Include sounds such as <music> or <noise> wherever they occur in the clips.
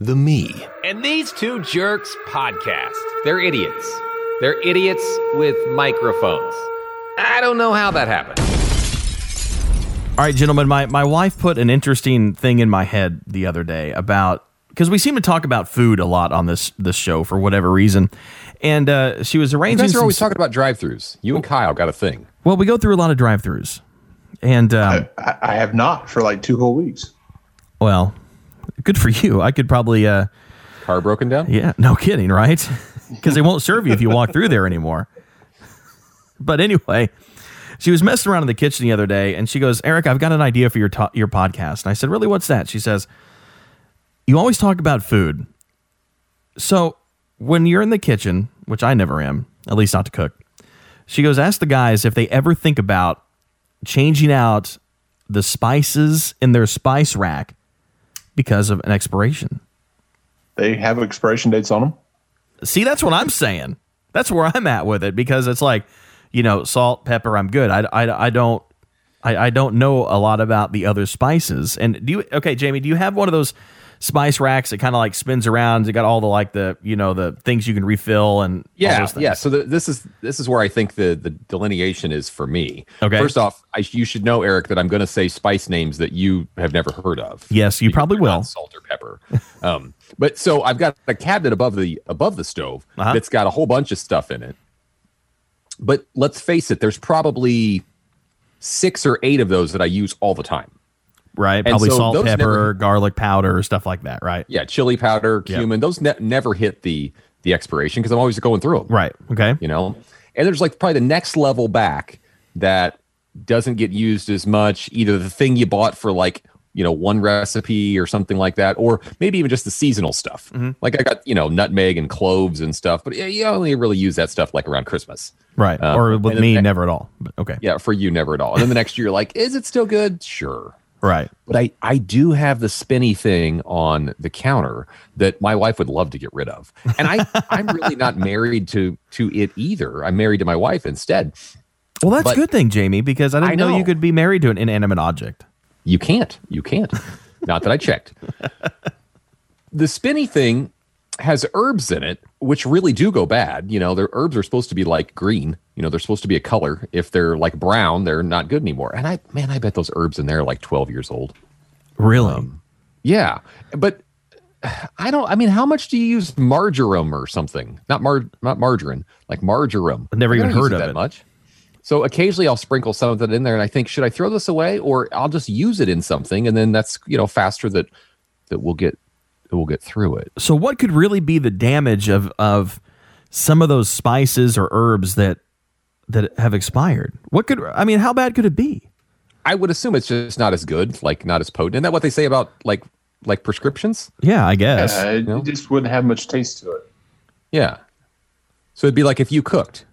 The Me. And these two jerks podcast. They're idiots. They're idiots with microphones. I don't know how that happened. All right, gentlemen, my, my wife put an interesting thing in my head the other day about because we seem to talk about food a lot on this this show for whatever reason, and uh, she was You arranging. guys are some- always talking about drive-throughs. You and Kyle got a thing. well, we go through a lot of drive-throughs, and um, I, I have not for like two whole weeks. well, good for you. I could probably, uh, Car broken down. yeah, no kidding, right? <laughs> Because they won't serve you if you walk through there anymore. But anyway, she was messing around in the kitchen the other day, and she goes, "Eric, I've got an idea for your to- your podcast." And I said, "Really? What's that?" She says, "You always talk about food." So when you're in the kitchen, which I never am, at least not to cook, she goes, ask the guys if they ever think about changing out the spices in their spice rack because of an expiration. They have expiration dates on them. See, that's what I'm saying. That's where I'm at with it because it's like, you know, salt, pepper, I'm good. I, I, I don't. I, I don't know a lot about the other spices. And do you okay, Jamie, do you have one of those spice racks that kind of like spins around? It got all the like the you know, the things you can refill and all Yeah, those things? yeah. So the, this is this is where I think the the delineation is for me. Okay. First off, I, sh- you should know, Eric, that I'm going to say spice names that you have never heard of. Yes, you Because probably they're not will. Salt or pepper. <laughs> um, but so I've got a cabinet above the above the stove Uh-huh. that's got a whole bunch of stuff in it. But let's face it, there's probably six or eight of those that I use all the time. Right. Probably so salt, those pepper, never- garlic powder, stuff like that, right? Yeah, chili powder, Yeah. cumin. Those ne- never hit the the expiration because I'm always going through them. Right. Okay. you know and there's like probably the next level back that doesn't get used as much either the thing you bought for like you know one recipe or something like that or maybe even just the seasonal stuff like i got you know nutmeg and cloves and stuff but yeah, you only really use that stuff like around christmas Right. Um, or and with then me, the- never at all. But okay. yeah for you never at all and then the next year you're like is it still good sure Right. but I, I do have the spinny thing on the counter that my wife would love to get rid of. And I, I'm really not married to to it either. I'm married to my wife instead. Well, that's a But- good thing, Jamie, because I didn't I know. you know. could be married to an inanimate object. You can't. You can't. Not that I checked. The spinny thing has herbs in it, which really do go bad. You know, their herbs are supposed to be like green. You know, they're supposed to be a color. If they're like brown, they're not good anymore. And I, man, I bet those herbs in there are like 12 years old. Really? Yeah. But I don't, I mean, how much do you use marjoram or something? Not mar, not margarine, like marjoram. I've never I even don't use heard of that it. much. So occasionally I'll sprinkle some of it in there and I think, should I throw this away or I'll just use it in something? And then that's, you know, faster that, that we'll get, that we'll get through it. so, what could really be the damage of of some of those spices or herbs that that have expired? What could I mean? How bad could it be? I would assume it's just not as good, like not as potent. Isn't that what they say about like, like prescriptions? Yeah, I guess. Uh, it- No. It just wouldn't have much taste to it. Yeah. So it'd be like if you cooked.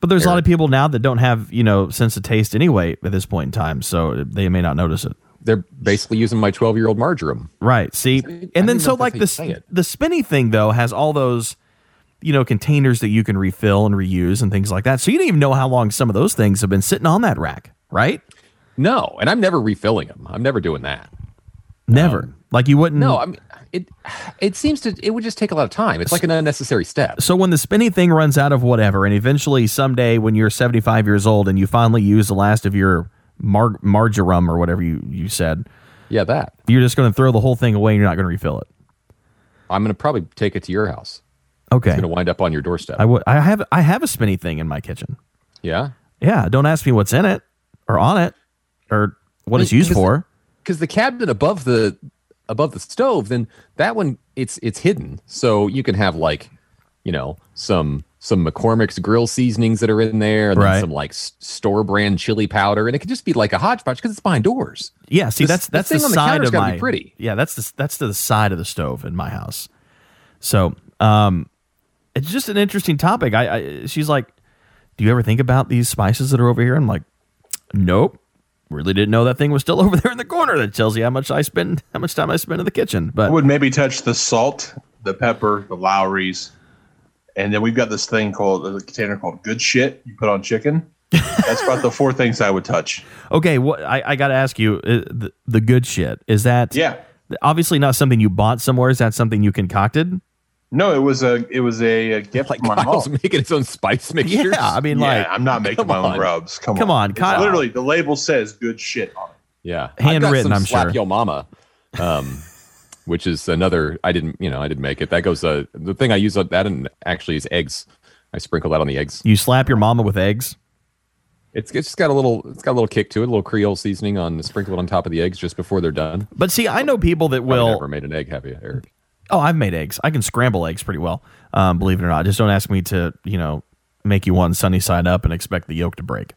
but there's a lot of people now that don't have you know sense of taste anyway at this point in time, so they may not notice it. They're basically using my 12 year old marjoram. Right. See, I and don't then know so if that's like how you the say it. the spinny thing though has all those you know containers that you can refill and reuse and things like that. So you don't even know how long some of those things have been sitting on that rack, right? No, and I'm never refilling them. I'm never doing that. Never. like you wouldn't. Um, No, I mean it. It seems to it would just take a lot of time. It's like an unnecessary step. so when the spinny thing runs out of whatever, and eventually someday when you're 75 years old and you finally use the last of your mar- marjoram or whatever you, you said, Yeah, that you're just going to throw the whole thing away and you're not going to refill it. I'm gonna probably take it to your house. Okay. It's gonna wind up on your doorstep. I would. I have. I have a spinny thing in my kitchen. yeah, Yeah. Don't ask me what's in it or on it or what it's Wait, used because- for. because the cabinet above the above the stove, then that one it's it's hidden, so you can have like you know some some McCormick's grill seasonings that are in there, and Right. then some like store brand chili powder, and it could just be like a hodgepodge because it's behind doors. Yeah. See, This- that's the that's the, thing on the side counter's of gotta my. be pretty. Yeah. That's the that's the side of the stove in my house. So, um, it's just an interesting topic. I, I she's like, do you ever think about these spices that are over here? I'm like, nope. Really didn't know that thing was still <laughs> over there in the corner. That tells you how much I spend, how much time I spend in the kitchen. I But would maybe touch the salt, the pepper, the Lowry's, and then we've got this thing called a container called good shit you put on chicken. That's about the four things I would touch. okay, what I, I got to ask you, uh, the, the good shit is that Yeah. obviously not something you bought somewhere. Is that something you concocted? No, it was a it was a, a gift <laughs> Like from my Kyle's mom. making his own spice mixtures. Yeah, I mean, yeah, like I'm not making come my own on. rubs. Come on, Come on, It's Kyle. Literally, the label says "good shit" on it. Yeah, I've got Handwritten, some I'm slap sure. Yo mama, um, which is another. I didn't, you know, I didn't make it. That goes. Uh, the thing I use on that and actually is eggs. I sprinkle that on the eggs. you slap your mama with eggs. It's it's just got a little. It's got a little kick to it. A little Creole seasoning on sprinkle it on top of the eggs just before they're done. But see, I know people that I've will. never made an egg, have you, Eric? Oh, I've made eggs. I can scramble eggs pretty well. Um, believe it or not, just don't ask me to you know make you one sunny side up and expect the yolk to break.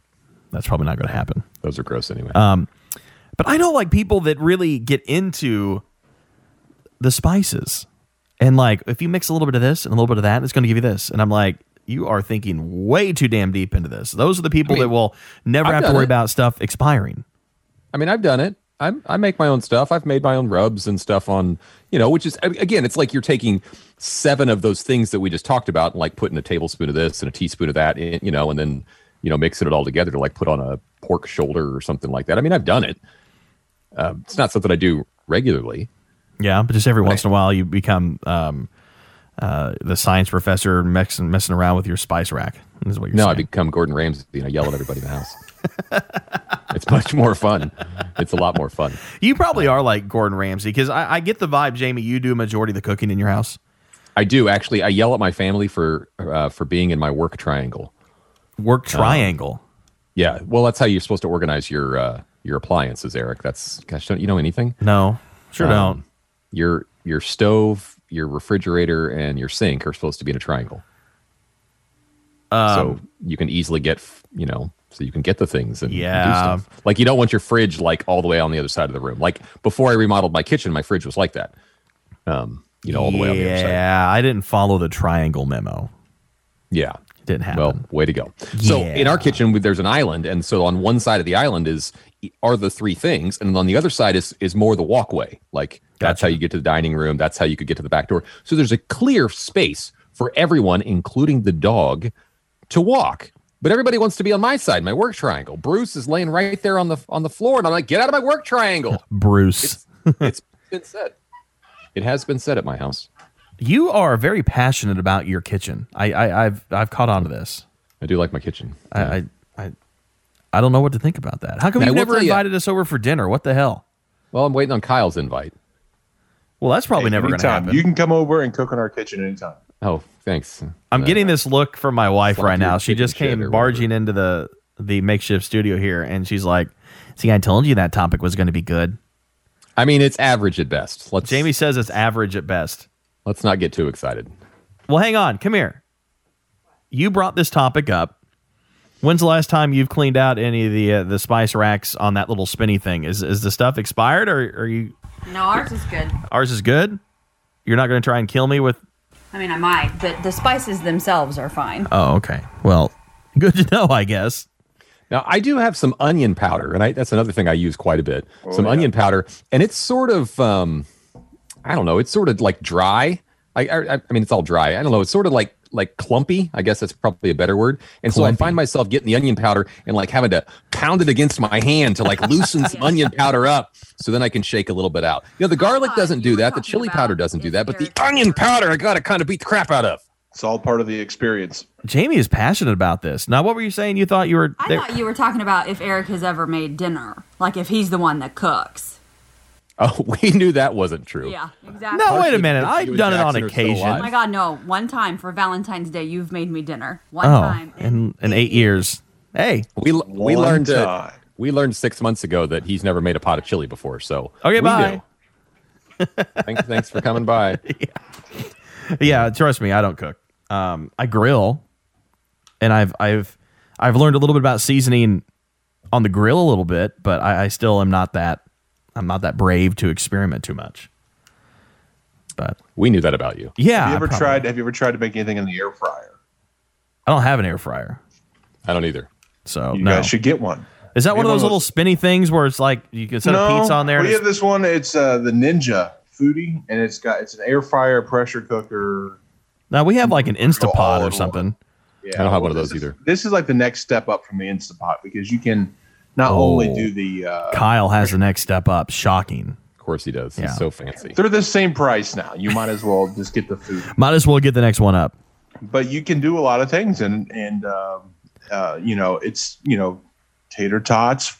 That's probably not going to happen. Those are gross anyway. But I know like people that really get into the spices. And like if you mix a little bit of this and a little bit of that, it's going to give you this. And I'm like, you are thinking way too damn deep into this. Those are the people I mean, that will never I've have to done worry it. about stuff expiring. I mean, I've done it. I I make my own stuff. I've made my own rubs and stuff on, you know, which is I mean, again, it's like you're taking seven of those things that we just talked about and like putting a tablespoon of this and a teaspoon of that in, you know, and then, you know, mixing it all together to like put on a pork shoulder or something like that. I mean, I've done it. Um, it's not something I do regularly. Yeah, but just every once in a while you become um, uh, the science professor messing, messing around with your spice rack. Is what you're No, I saying. become Gordon Ramsay and I yell at everybody in the house. it's much more fun. It's a lot more fun. you probably are like Gordon Ramsay because I, I get the vibe, Jamie. You do a majority of the cooking in your house. I do actually. I yell at my family for uh, for being in my work triangle. Work triangle. Yeah, well, that's how you're supposed to organize your uh, your appliances, Eric. That's gosh, don't you know anything? no, sure Um, don't. Your your stove, your refrigerator, and your sink are supposed to be in a triangle, so you can easily get f- you know, so you can get the things and and Yeah. do stuff. Like you don't want your fridge like all the way on the other side of the room. Like before I remodeled my kitchen, my fridge was like that. Um, you know, all the way on the other side. Yeah, I didn't follow the triangle memo. Yeah. It didn't happen. Well, way to go. So in Yeah. our kitchen, we- there's an island, and so on one side of the island is e, are the three things, and on the other side is is more the walkway. Like that's Gotcha. how you get to the dining room. That's how you could get to the back door. So there's a clear space for everyone, including the dog, to walk. But everybody wants to be on my side, my work triangle. Bruce is laying right there on the on the floor, and I'm like, get out of my work <laughs> triangle. Bruce, it's been said. It has been said at my house. you are very passionate about your kitchen. I, I I've I've caught on to this. I do like my kitchen. I, I I I don't know what to think about that. How come Now, I you will never tell ya- invited us over for dinner? What the hell? Well, I'm waiting on Kyle's invite. Well, that's probably Oh, never going to anytime. happen. You can come over and cook in our kitchen anytime. Oh, thanks. I'm getting this look from my wife Slap right your now. She chicken just shit came or barging into the the makeshift studio here, and she's like, "See, I told you that topic was going to be good." I mean, it's average at best. Let's Jamie says it's average at best. Let's not get too excited. Well, hang on. Come here. You brought this topic up. When's the last time you've cleaned out any of the uh, the spice racks on that little spinny thing? Is is the stuff expired or are you No, ours is good. ours is good? You're not going to try and kill me with I mean, I might, but the spices themselves are fine. Oh, okay. Well, <laughs> good to know, I guess. Now, I do have some onion powder, and I, that's another thing I use quite a bit. some onion powder, and it's sort of, um, I don't know, it's sort of like dry. I, I, I mean, it's all dry. I don't know. It's sort of like like clumpy. I guess that's probably a better word. And so I find myself getting the onion powder and like having to pound it against my hand to like loosen some onion powder up, so then I can shake a little bit out. You know, the garlic thought doesn't Oh, you do were that. The talking chili about powder doesn't do if that. But the you're- onion powder, I gotta kind of beat the crap out of. It's all part of the experience. Jamie is passionate about this. Now, what were you saying? You thought you were I there- thought you were talking about if Eric has ever made dinner, like if he's the one that cooks. Oh, <laughs> we knew that wasn't true. Yeah, exactly. No, wait Partially a minute. because I've you and done it on Jackson are still occasion. alive. Oh my God, no! One time for Valentine's Day, you've made me dinner. One Oh, time. in, in eight years. Hey. We we One learned uh, time. we learned six months ago that he's never made a pot of chili before. So Okay, we bye. knew. <laughs> thanks, thanks for coming by. <laughs> Yeah, trust me, I don't cook. Um, I grill, and I've I've I've learned a little bit about seasoning on the grill a little bit, but I, I still am not that I'm not that brave to experiment too much. But We knew that about you. yeah, Have I you ever Ah, probably- tried? Have you ever tried to make anything in the air fryer? I don't have an air fryer, I don't either. so You no. guys should get one. Is that one of one those of little those- spinny things where it's like you can set a pizza on there? and We have it's- this one. It's uh, the Ninja Foodie, and it's got it's an air fryer, pressure cooker. now we have like an all in Instapot or one. something. Yeah, I don't have one of this those is- either. This is like the next step up from the Instapot because you can not Oh. only do the uh, Kyle has the next step up. Shocking. course he does. Yeah. He's so fancy. They're the same price now. You might as well just get the food. Might as well get the next one up. But you can do a lot of things, and and um, uh, you know it's you know tater tots,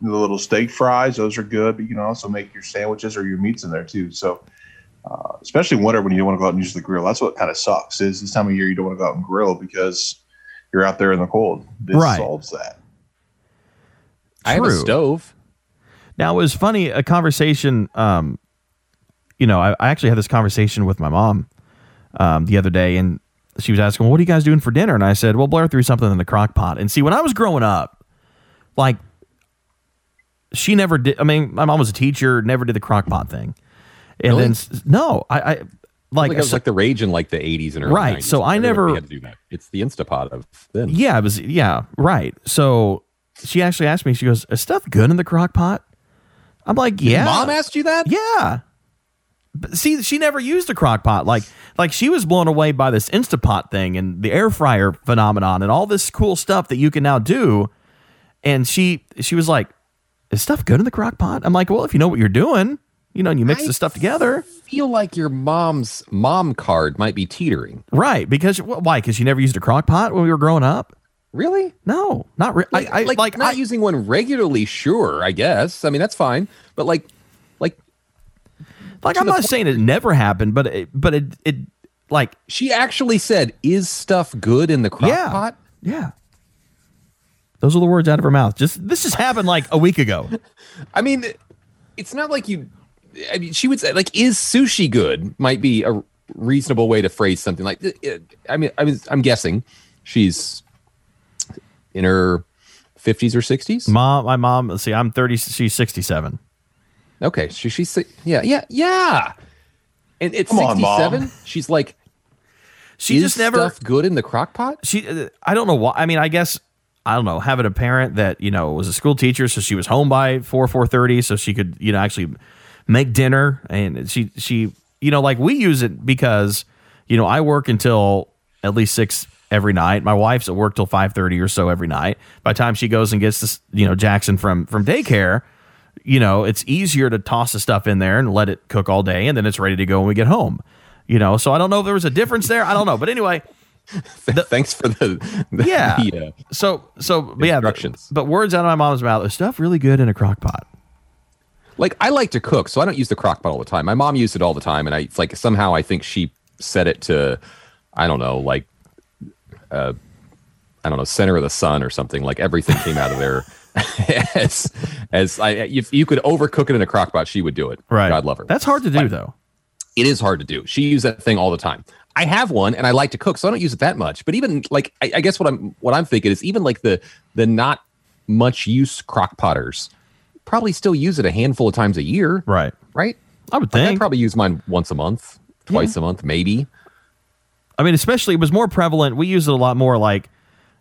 the little steak fries. Those are good, but you can also make your sandwiches or your meats in there too. So. Uh, especially in winter when you don't want to go out and use the grill. That's what kind of sucks. Is this time of year you don't want to go out and grill because you're out there in the cold. This Right. solves that. I have a True. stove. Now it was funny a conversation. Um, you know, I, I actually had this conversation with my mom um, the other day, and she was asking, "What are you guys doing for dinner?" And I said, "Well, Blair threw something in the crock pot." And see, when I was growing up, like she never did. I mean, my mom was a teacher, never did the crock pot thing. And Really? then s- no, I, I Like, like, it was like the rage in like the 80s and early Right, 90s. so I Everybody never- had to do that. It's the Instapot of then. yeah, it was yeah, right. So she actually asked me. She goes, "Is stuff good in the crock pot?" I'm like, "Yeah." Mom asked you that? Yeah. But see, she never used a crock pot. Like, like she was blown away by this Instapot thing and the air fryer phenomenon and all this cool stuff that you can now do. And she she was like, Is stuff good in the crock pot? I'm like, Well, if you know what you're doing, you know, and you mix the stuff together. feel like your mom's mom card might be teetering. Right. Because wh- why? Because you never used a crock pot when we were growing up? Really? No, not really. I, I, like, not I, using one regularly, sure, I guess. I mean, that's fine. But like like like I'm the not point saying it never happened, but it, but it, it, like, she actually said, "Is stuff good in the crock Yeah. pot?" yeah. Those are the words out of her mouth. Just this just happened like a week ago. <laughs> I mean, it's not like you I mean, she would say like is sushi good might be a reasonable way to phrase something like uh, I mean, I mean I'm guessing she's in her 50s or 60s. Mom, my mom. Let's see, I'm 30. She's 67. Okay, she she's si- yeah yeah yeah, and it's Come on, Mom. sixty-seven. She's like, She is just never. stuff good in the crock pot? She. uh, I don't know why. I mean, I guess I don't know. Having a parent that you know was a school teacher, so she was home by four four thirty, so she could you know actually make dinner, and she she you know like we use it because you know I work until at least six every night. My wife's at work till five thirty or so every night. By the time she goes and gets this you know Jackson from from daycare. you know, it's easier to toss the stuff in there and let it cook all day, and then it's ready to go when we get home. You know, so I don't know if there was a difference there. I don't know, but anyway, <laughs> Thanks for the, the Yeah. <laughs> the, uh, so so but yeah, Instructions. but words out of my mom's mouth. Is stuff really good in a crock pot? like I like to cook, so I don't use the crock pot all the time. My mom used it all the time, and I it's like somehow I think she set it to, I don't know, like, uh, I don't know, center of the sun or something. Like everything came out of there. <laughs> as as I, if you could overcook it in a crock pot, she would do it. God love her. That's hard to do though. it is hard to do. She used that thing all the time. I have one and I like to cook, so I don't use it that much. But even like I, I guess what I'm what I'm thinking is even like the the not much use crock potters probably still use it a handful of times a year. Right. Right? I would Like, I think. probably use mine once a month, twice a month, maybe. I mean, especially it was more prevalent. We used it a lot more like,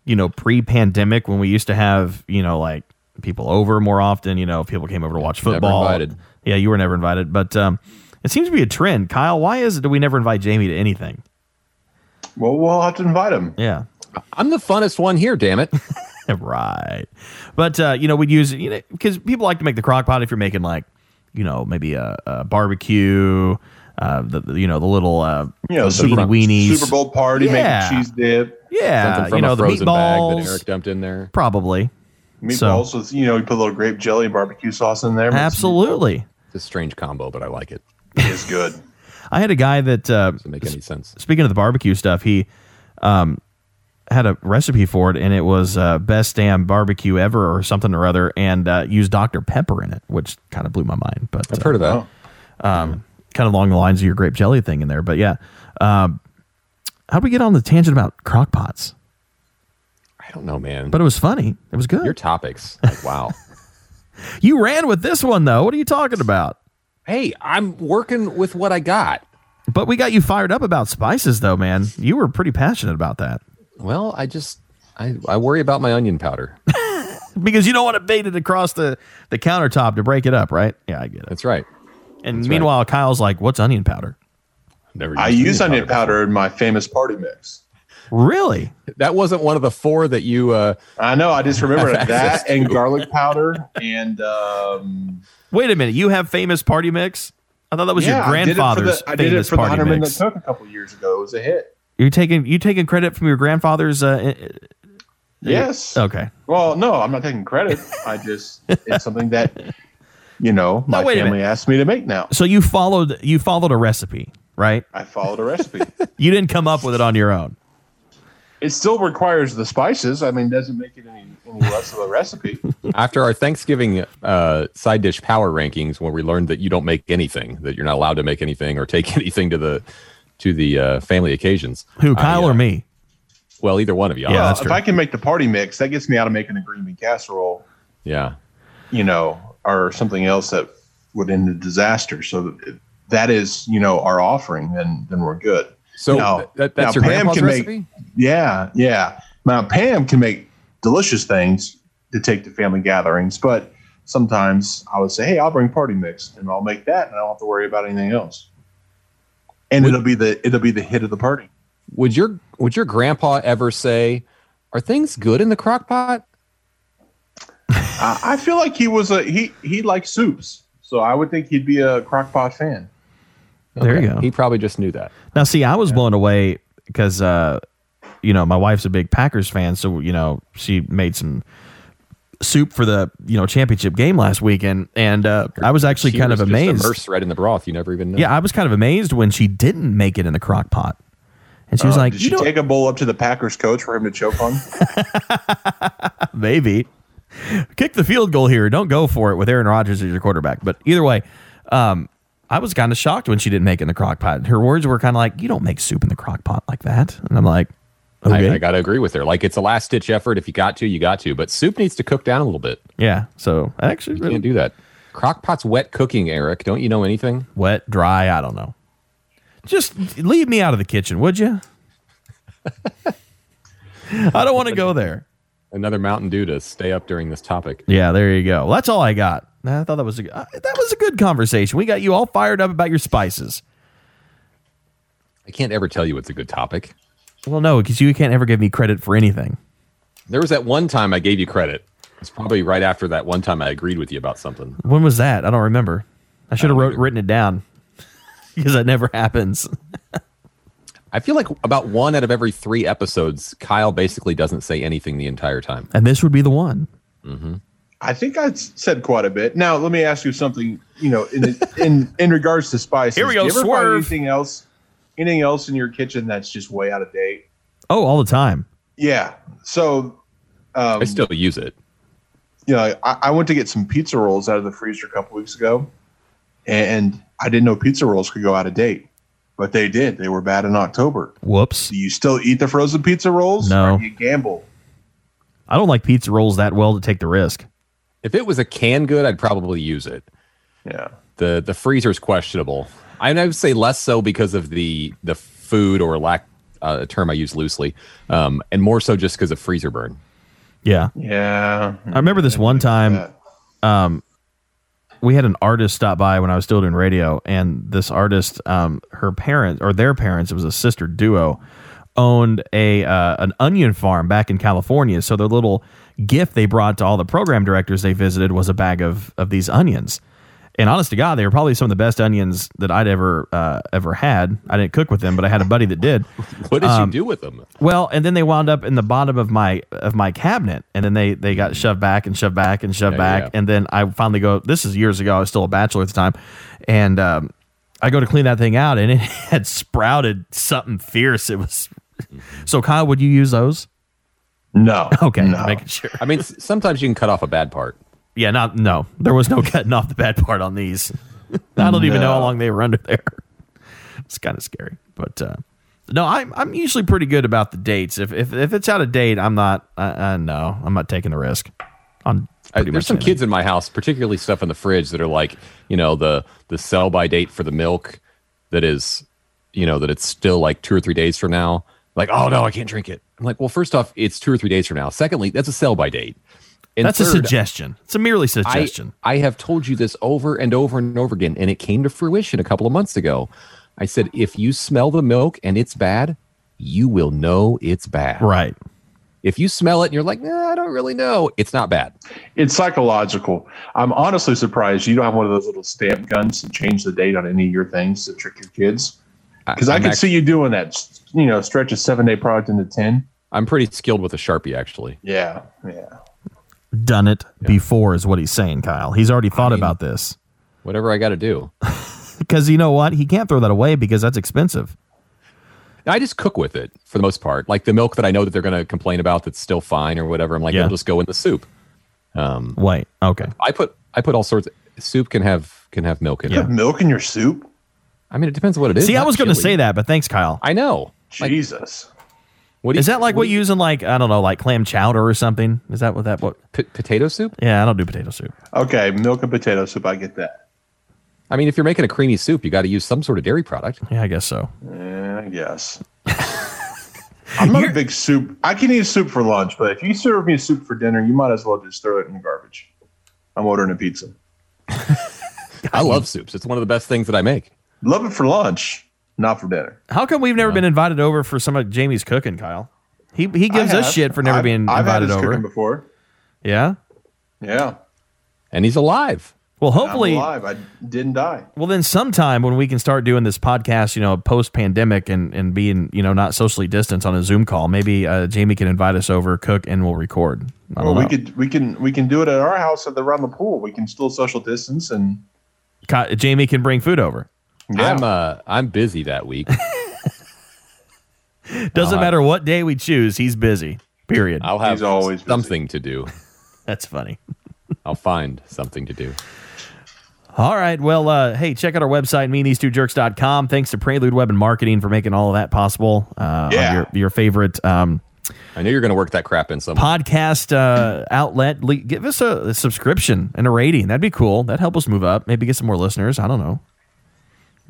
you know, pre pandemic when we used to have, you know, like people over more often, you know, people came over to watch never football. invited. Yeah, you were never invited. But um it seems to be a trend. Kyle, why is it that we never invite Jamie to anything? Well, we'll have to invite him. Yeah. I'm the funnest one here, damn <laughs> it. right. But uh, you know, we'd use it you know, because people like to make the crock pot if you're making like, you know, maybe a, a barbecue, uh, the the- you know the little uh, You know, the Super, weenie weenies, Super Bowl party, Yeah. making cheese dip, yeah, Something from Uh, you know a the frozen bag meatballs, that Eric dumped in there. probably, meatballs with you know, you put a little grape jelly and barbecue sauce in there. It's- absolutely. It's a strange combo, but I like it. it is good. I had a guy that uh, Doesn't make any sense. speaking of the barbecue stuff, he um, had a recipe for it, and it was uh, best damn barbecue ever or something or other, and uh, used Dr Pepper in it, which kind of blew my mind. But uh, I've heard of that. Oh. kind of along the lines of your grape jelly thing in there. But yeah, um, how do we get on the tangent about crock pots? I don't know, man. But But it was funny. It was good. your topics, like, <laughs> wow. you ran with this one though. What are you talking about? hey, I'm working with what I got. But we got you fired up about spices though, man. You were pretty passionate about that Well, I just I, I worry about my onion powder. because you don't want to bait it across the the countertop to break it up, right? Yeah, I get it. That's <laughs> right. And meanwhile, Kyle's like, "What's onion powder?" Never I use onion powder in my famous party mix. Really? That wasn't one of the four that you. Uh, I know. I just <laughs> remember Have access that and to. garlic powder and um, Wait a minute. You have famous party mix? I thought that was yeah, your grandfather's I did it for the, I did it famous for the party Hunterman mix. that took a couple years ago. It was a hit. You're taking you taking credit from your grandfather's. Uh, i- Yes. i- okay. Well, no, I'm not taking credit. I <laughs> just it's something that you know No, my wait a family asked me to make now. So you followed you followed a recipe, right? I followed a <laughs> recipe. You didn't come up with it on your own. it still requires the spices. I mean, doesn't make it any, any less of a <laughs> recipe. after our Thanksgiving uh, side dish power rankings, where we learned that you don't make anything, that you're not allowed to make anything or take <laughs> anything to the to the uh, family occasions. Who, I, Kyle uh, or me? Well, either one of you. Yeah, Well, that's Uh, if true. I can make the party mix, that gets me out of making a green bean casserole, yeah. you know, or something else that would end in disaster. So if that is, you know, our offering. Then then we're good. So Now- th- that, that's now your Pam grandpa's can make- recipe. Yeah, yeah. Now Pam can make delicious things to take to family gatherings, but sometimes I would say, "Hey, I'll bring party mix, and I'll make that, and I don't have to worry about anything else." And it'll be the it'll be the hit of the party. Would your Would your grandpa ever say, "Are things good in the crock pot?" I, I feel like he was a he he likes soups, so I would think he'd be a crockpot fan. There you Okay. go. He probably just knew that. Now, see, I was blown away because, uh, you know, my wife's a big Packers fan, so you know she made some soup for the you know championship game last weekend, and uh, I was actually She kind of was just amazed. immersed right in the broth. You never even know. Yeah, I was kind of amazed when she didn't make it in the crock pot, and Oh, she was like, Did "You she know, take a bowl up to the Packers coach for him to choke on? maybe kick the field goal here. Don't go for it with Aaron Rodgers as your quarterback." But either way, um, I was kind of shocked when she didn't make it in the crock pot. Her words were kind of like, "You don't make soup in the crock pot like that," and I'm like, "Okay." I, I got to agree with her. Like it's a last ditch effort. If you got to, you got to. But soup needs to cook down a little bit. yeah, so I actually You really can't do that. Crockpot's wet cooking, Eric. Don't you know anything? wet, dry, I don't know. Just leave me out of the kitchen, would you? I don't want to go there. Another Mountain Dew to stay up during this topic. Yeah, there you go. That's all I got. I thought that was a uh, that was a good conversation. We got you all fired up about your spices. I can't ever tell you it's a good topic. Well, no, because you can't ever give me credit for anything. There was that one time I gave you credit. It's probably right after that one time I agreed with you about something. When was that? I don't remember. I should have wrote, written it down <laughs> because that never happens. I feel like about one out of every three episodes, Kyle basically doesn't say anything the entire time. And this would be the one. I think I s- said quite a bit. Now let me ask you something. You know, in <laughs> in in regards to spices, Here we do go, you ever find swerve. Anything else? Anything else in your kitchen that's just way out of date? Oh, all the time. Yeah. So, um, I still use it. you know, I, I went to get some pizza rolls out of the freezer a couple weeks ago, and I didn't know pizza rolls could go out of date, but they did. They were bad in October. Whoops. Do you still eat the frozen pizza rolls? No. Or do you gamble. I don't like pizza rolls that well to take the risk. If it was a canned good, I'd probably use it. Yeah. the the freezer's questionable. I would say less so because of the the food or lack uh, a term I use loosely, um, and more so just because of freezer burn. Yeah. Yeah. I remember this one time. Yeah. we had an artist stop by when I was still doing radio, and this artist, um, her parents or their parents, it was a sister duo, owned a uh, an onion farm back in California. So their little gift they brought to all the program directors they visited was a bag of of these onions. And honest to God, they were probably some of the best onions that I'd ever uh, ever had. I didn't cook with them, but I had a buddy that did. What did Um, you do with them? Well, and then they wound up in the bottom of my of my cabinet, and then they they got shoved back and shoved back and shoved Yeah, back, yeah. and then I finally go. This is years ago. I was still a bachelor at the time, and um, I go to clean that thing out, and it <laughs> had sprouted something fierce. It was so. Kyle, would you use those? No. <laughs> Okay, No. making sure. I mean, s- sometimes you can cut off a bad part. Yeah, not no. There was <laughs> no cutting off the bad part on these. I don't even know how No. long they were under there. <laughs> It's kind of scary, but uh, no, I'm I'm usually pretty good about the dates. If if, if it's out of date, I'm not. Uh, uh, no, I'm not taking the risk. On I, pretty much there's some anything. kids in my house, particularly stuff in the fridge that are like, you know, the the sell by date for the milk that is, you know, that it's still like two or three days from now. Like, oh no, I can't drink it. I'm like, well, first off, it's two or three days from now. Secondly, that's a sell by date. And That's a third, suggestion. It's a merely I, suggestion. I have told you this over and over and over again, and it came to fruition a couple of months ago. I said, if you smell the milk and it's bad, you will know it's bad. Right. If you smell it and you're like, nah, I don't really know, it's not bad. It's psychological. I'm honestly surprised you don't have one of those little stamp guns to change the date on any of your things to trick your kids. Because I I'm could act- see you doing that. s- You know, stretch a seven day product into ten. I'm pretty skilled with a sharpie, actually. Yeah, yeah. Done it before is what he's saying, Kyle. He's already thought about this. Whatever I got to do, Because you know what? He can't throw that away because that's expensive. I just cook with it for the most part. Like the milk that I know that they're going to complain about that's still fine or whatever. I'm like, Yeah. it'll just go in the soup. Wait. Okay. I put I put all sorts. Soup can have can have milk in You it. have milk in your soup. I mean, it depends on what it is. See, I Not was going to chili. say that, but thanks, Kyle. I know. Like, Jesus. what do Is you- that like what you use in like I don't know, like clam chowder or something? Is that what that what? p- potato soup? Yeah, I don't do potato soup. Okay, milk and potato soup. I get that. I mean, if you're making a creamy soup, you got to use some sort of dairy product. <laughs> Yeah, I guess so. Yeah, I <laughs> guess. I'm not a big soup. I can eat soup for lunch, but if you serve me soup for dinner, you might as well just throw it in the garbage. I'm ordering a pizza. I love soups. It's one of the best things that I make. Love it for lunch, not for dinner. How come we've never been invited over for some of Jamie's cooking, Kyle? He he gives I us have. shit for never I've- being I've had invited his cooking over. before. Yeah. Yeah, And he's alive. Well, hopefully hopefully, I'm alive. I didn't die. well then sometime when we can start doing this podcast, you know, post pandemic and and being you know not socially distanced on a Zoom call, maybe uh, Jamie can invite us over, cook, and we'll record. I Well, don't we know. could we can we can do it at our house at the around the pool. We can still social distance and Ki- Jamie can bring food over. yeah. I'm uh I'm busy <laughs> that week. Doesn't matter what day we choose, he's busy. Period. I'll have He's always busy. something to do. That's funny. I'll find something to do. All right. Well, uh, hey, check out our website, meanthese2jerks.com. Thanks to Prelude Web and Marketing for making all of that possible. Uh, on Yeah. Your, your favorite um, I know you're going to work that crap in some. podcast uh, outlet. Le- give us a, a subscription and a rating. That'd be cool. That'd help us move up. Maybe get some more listeners. I don't know.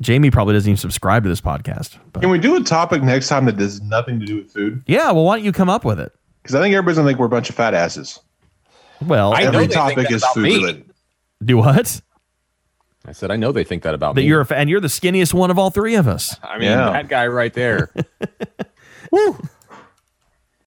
Jamie probably doesn't even subscribe to this podcast. But can we do a topic next time that has nothing to do with food? yeah. Well, why don't you come up with it? Because I think everybody's gonna think we're a bunch of fat asses. Well, I know Every they think topic that is about food me. related. do what? I said I know they think that about That me. you're a fa- and you're the skinniest one of all three of us. <laughs> I mean Yeah. that guy right there.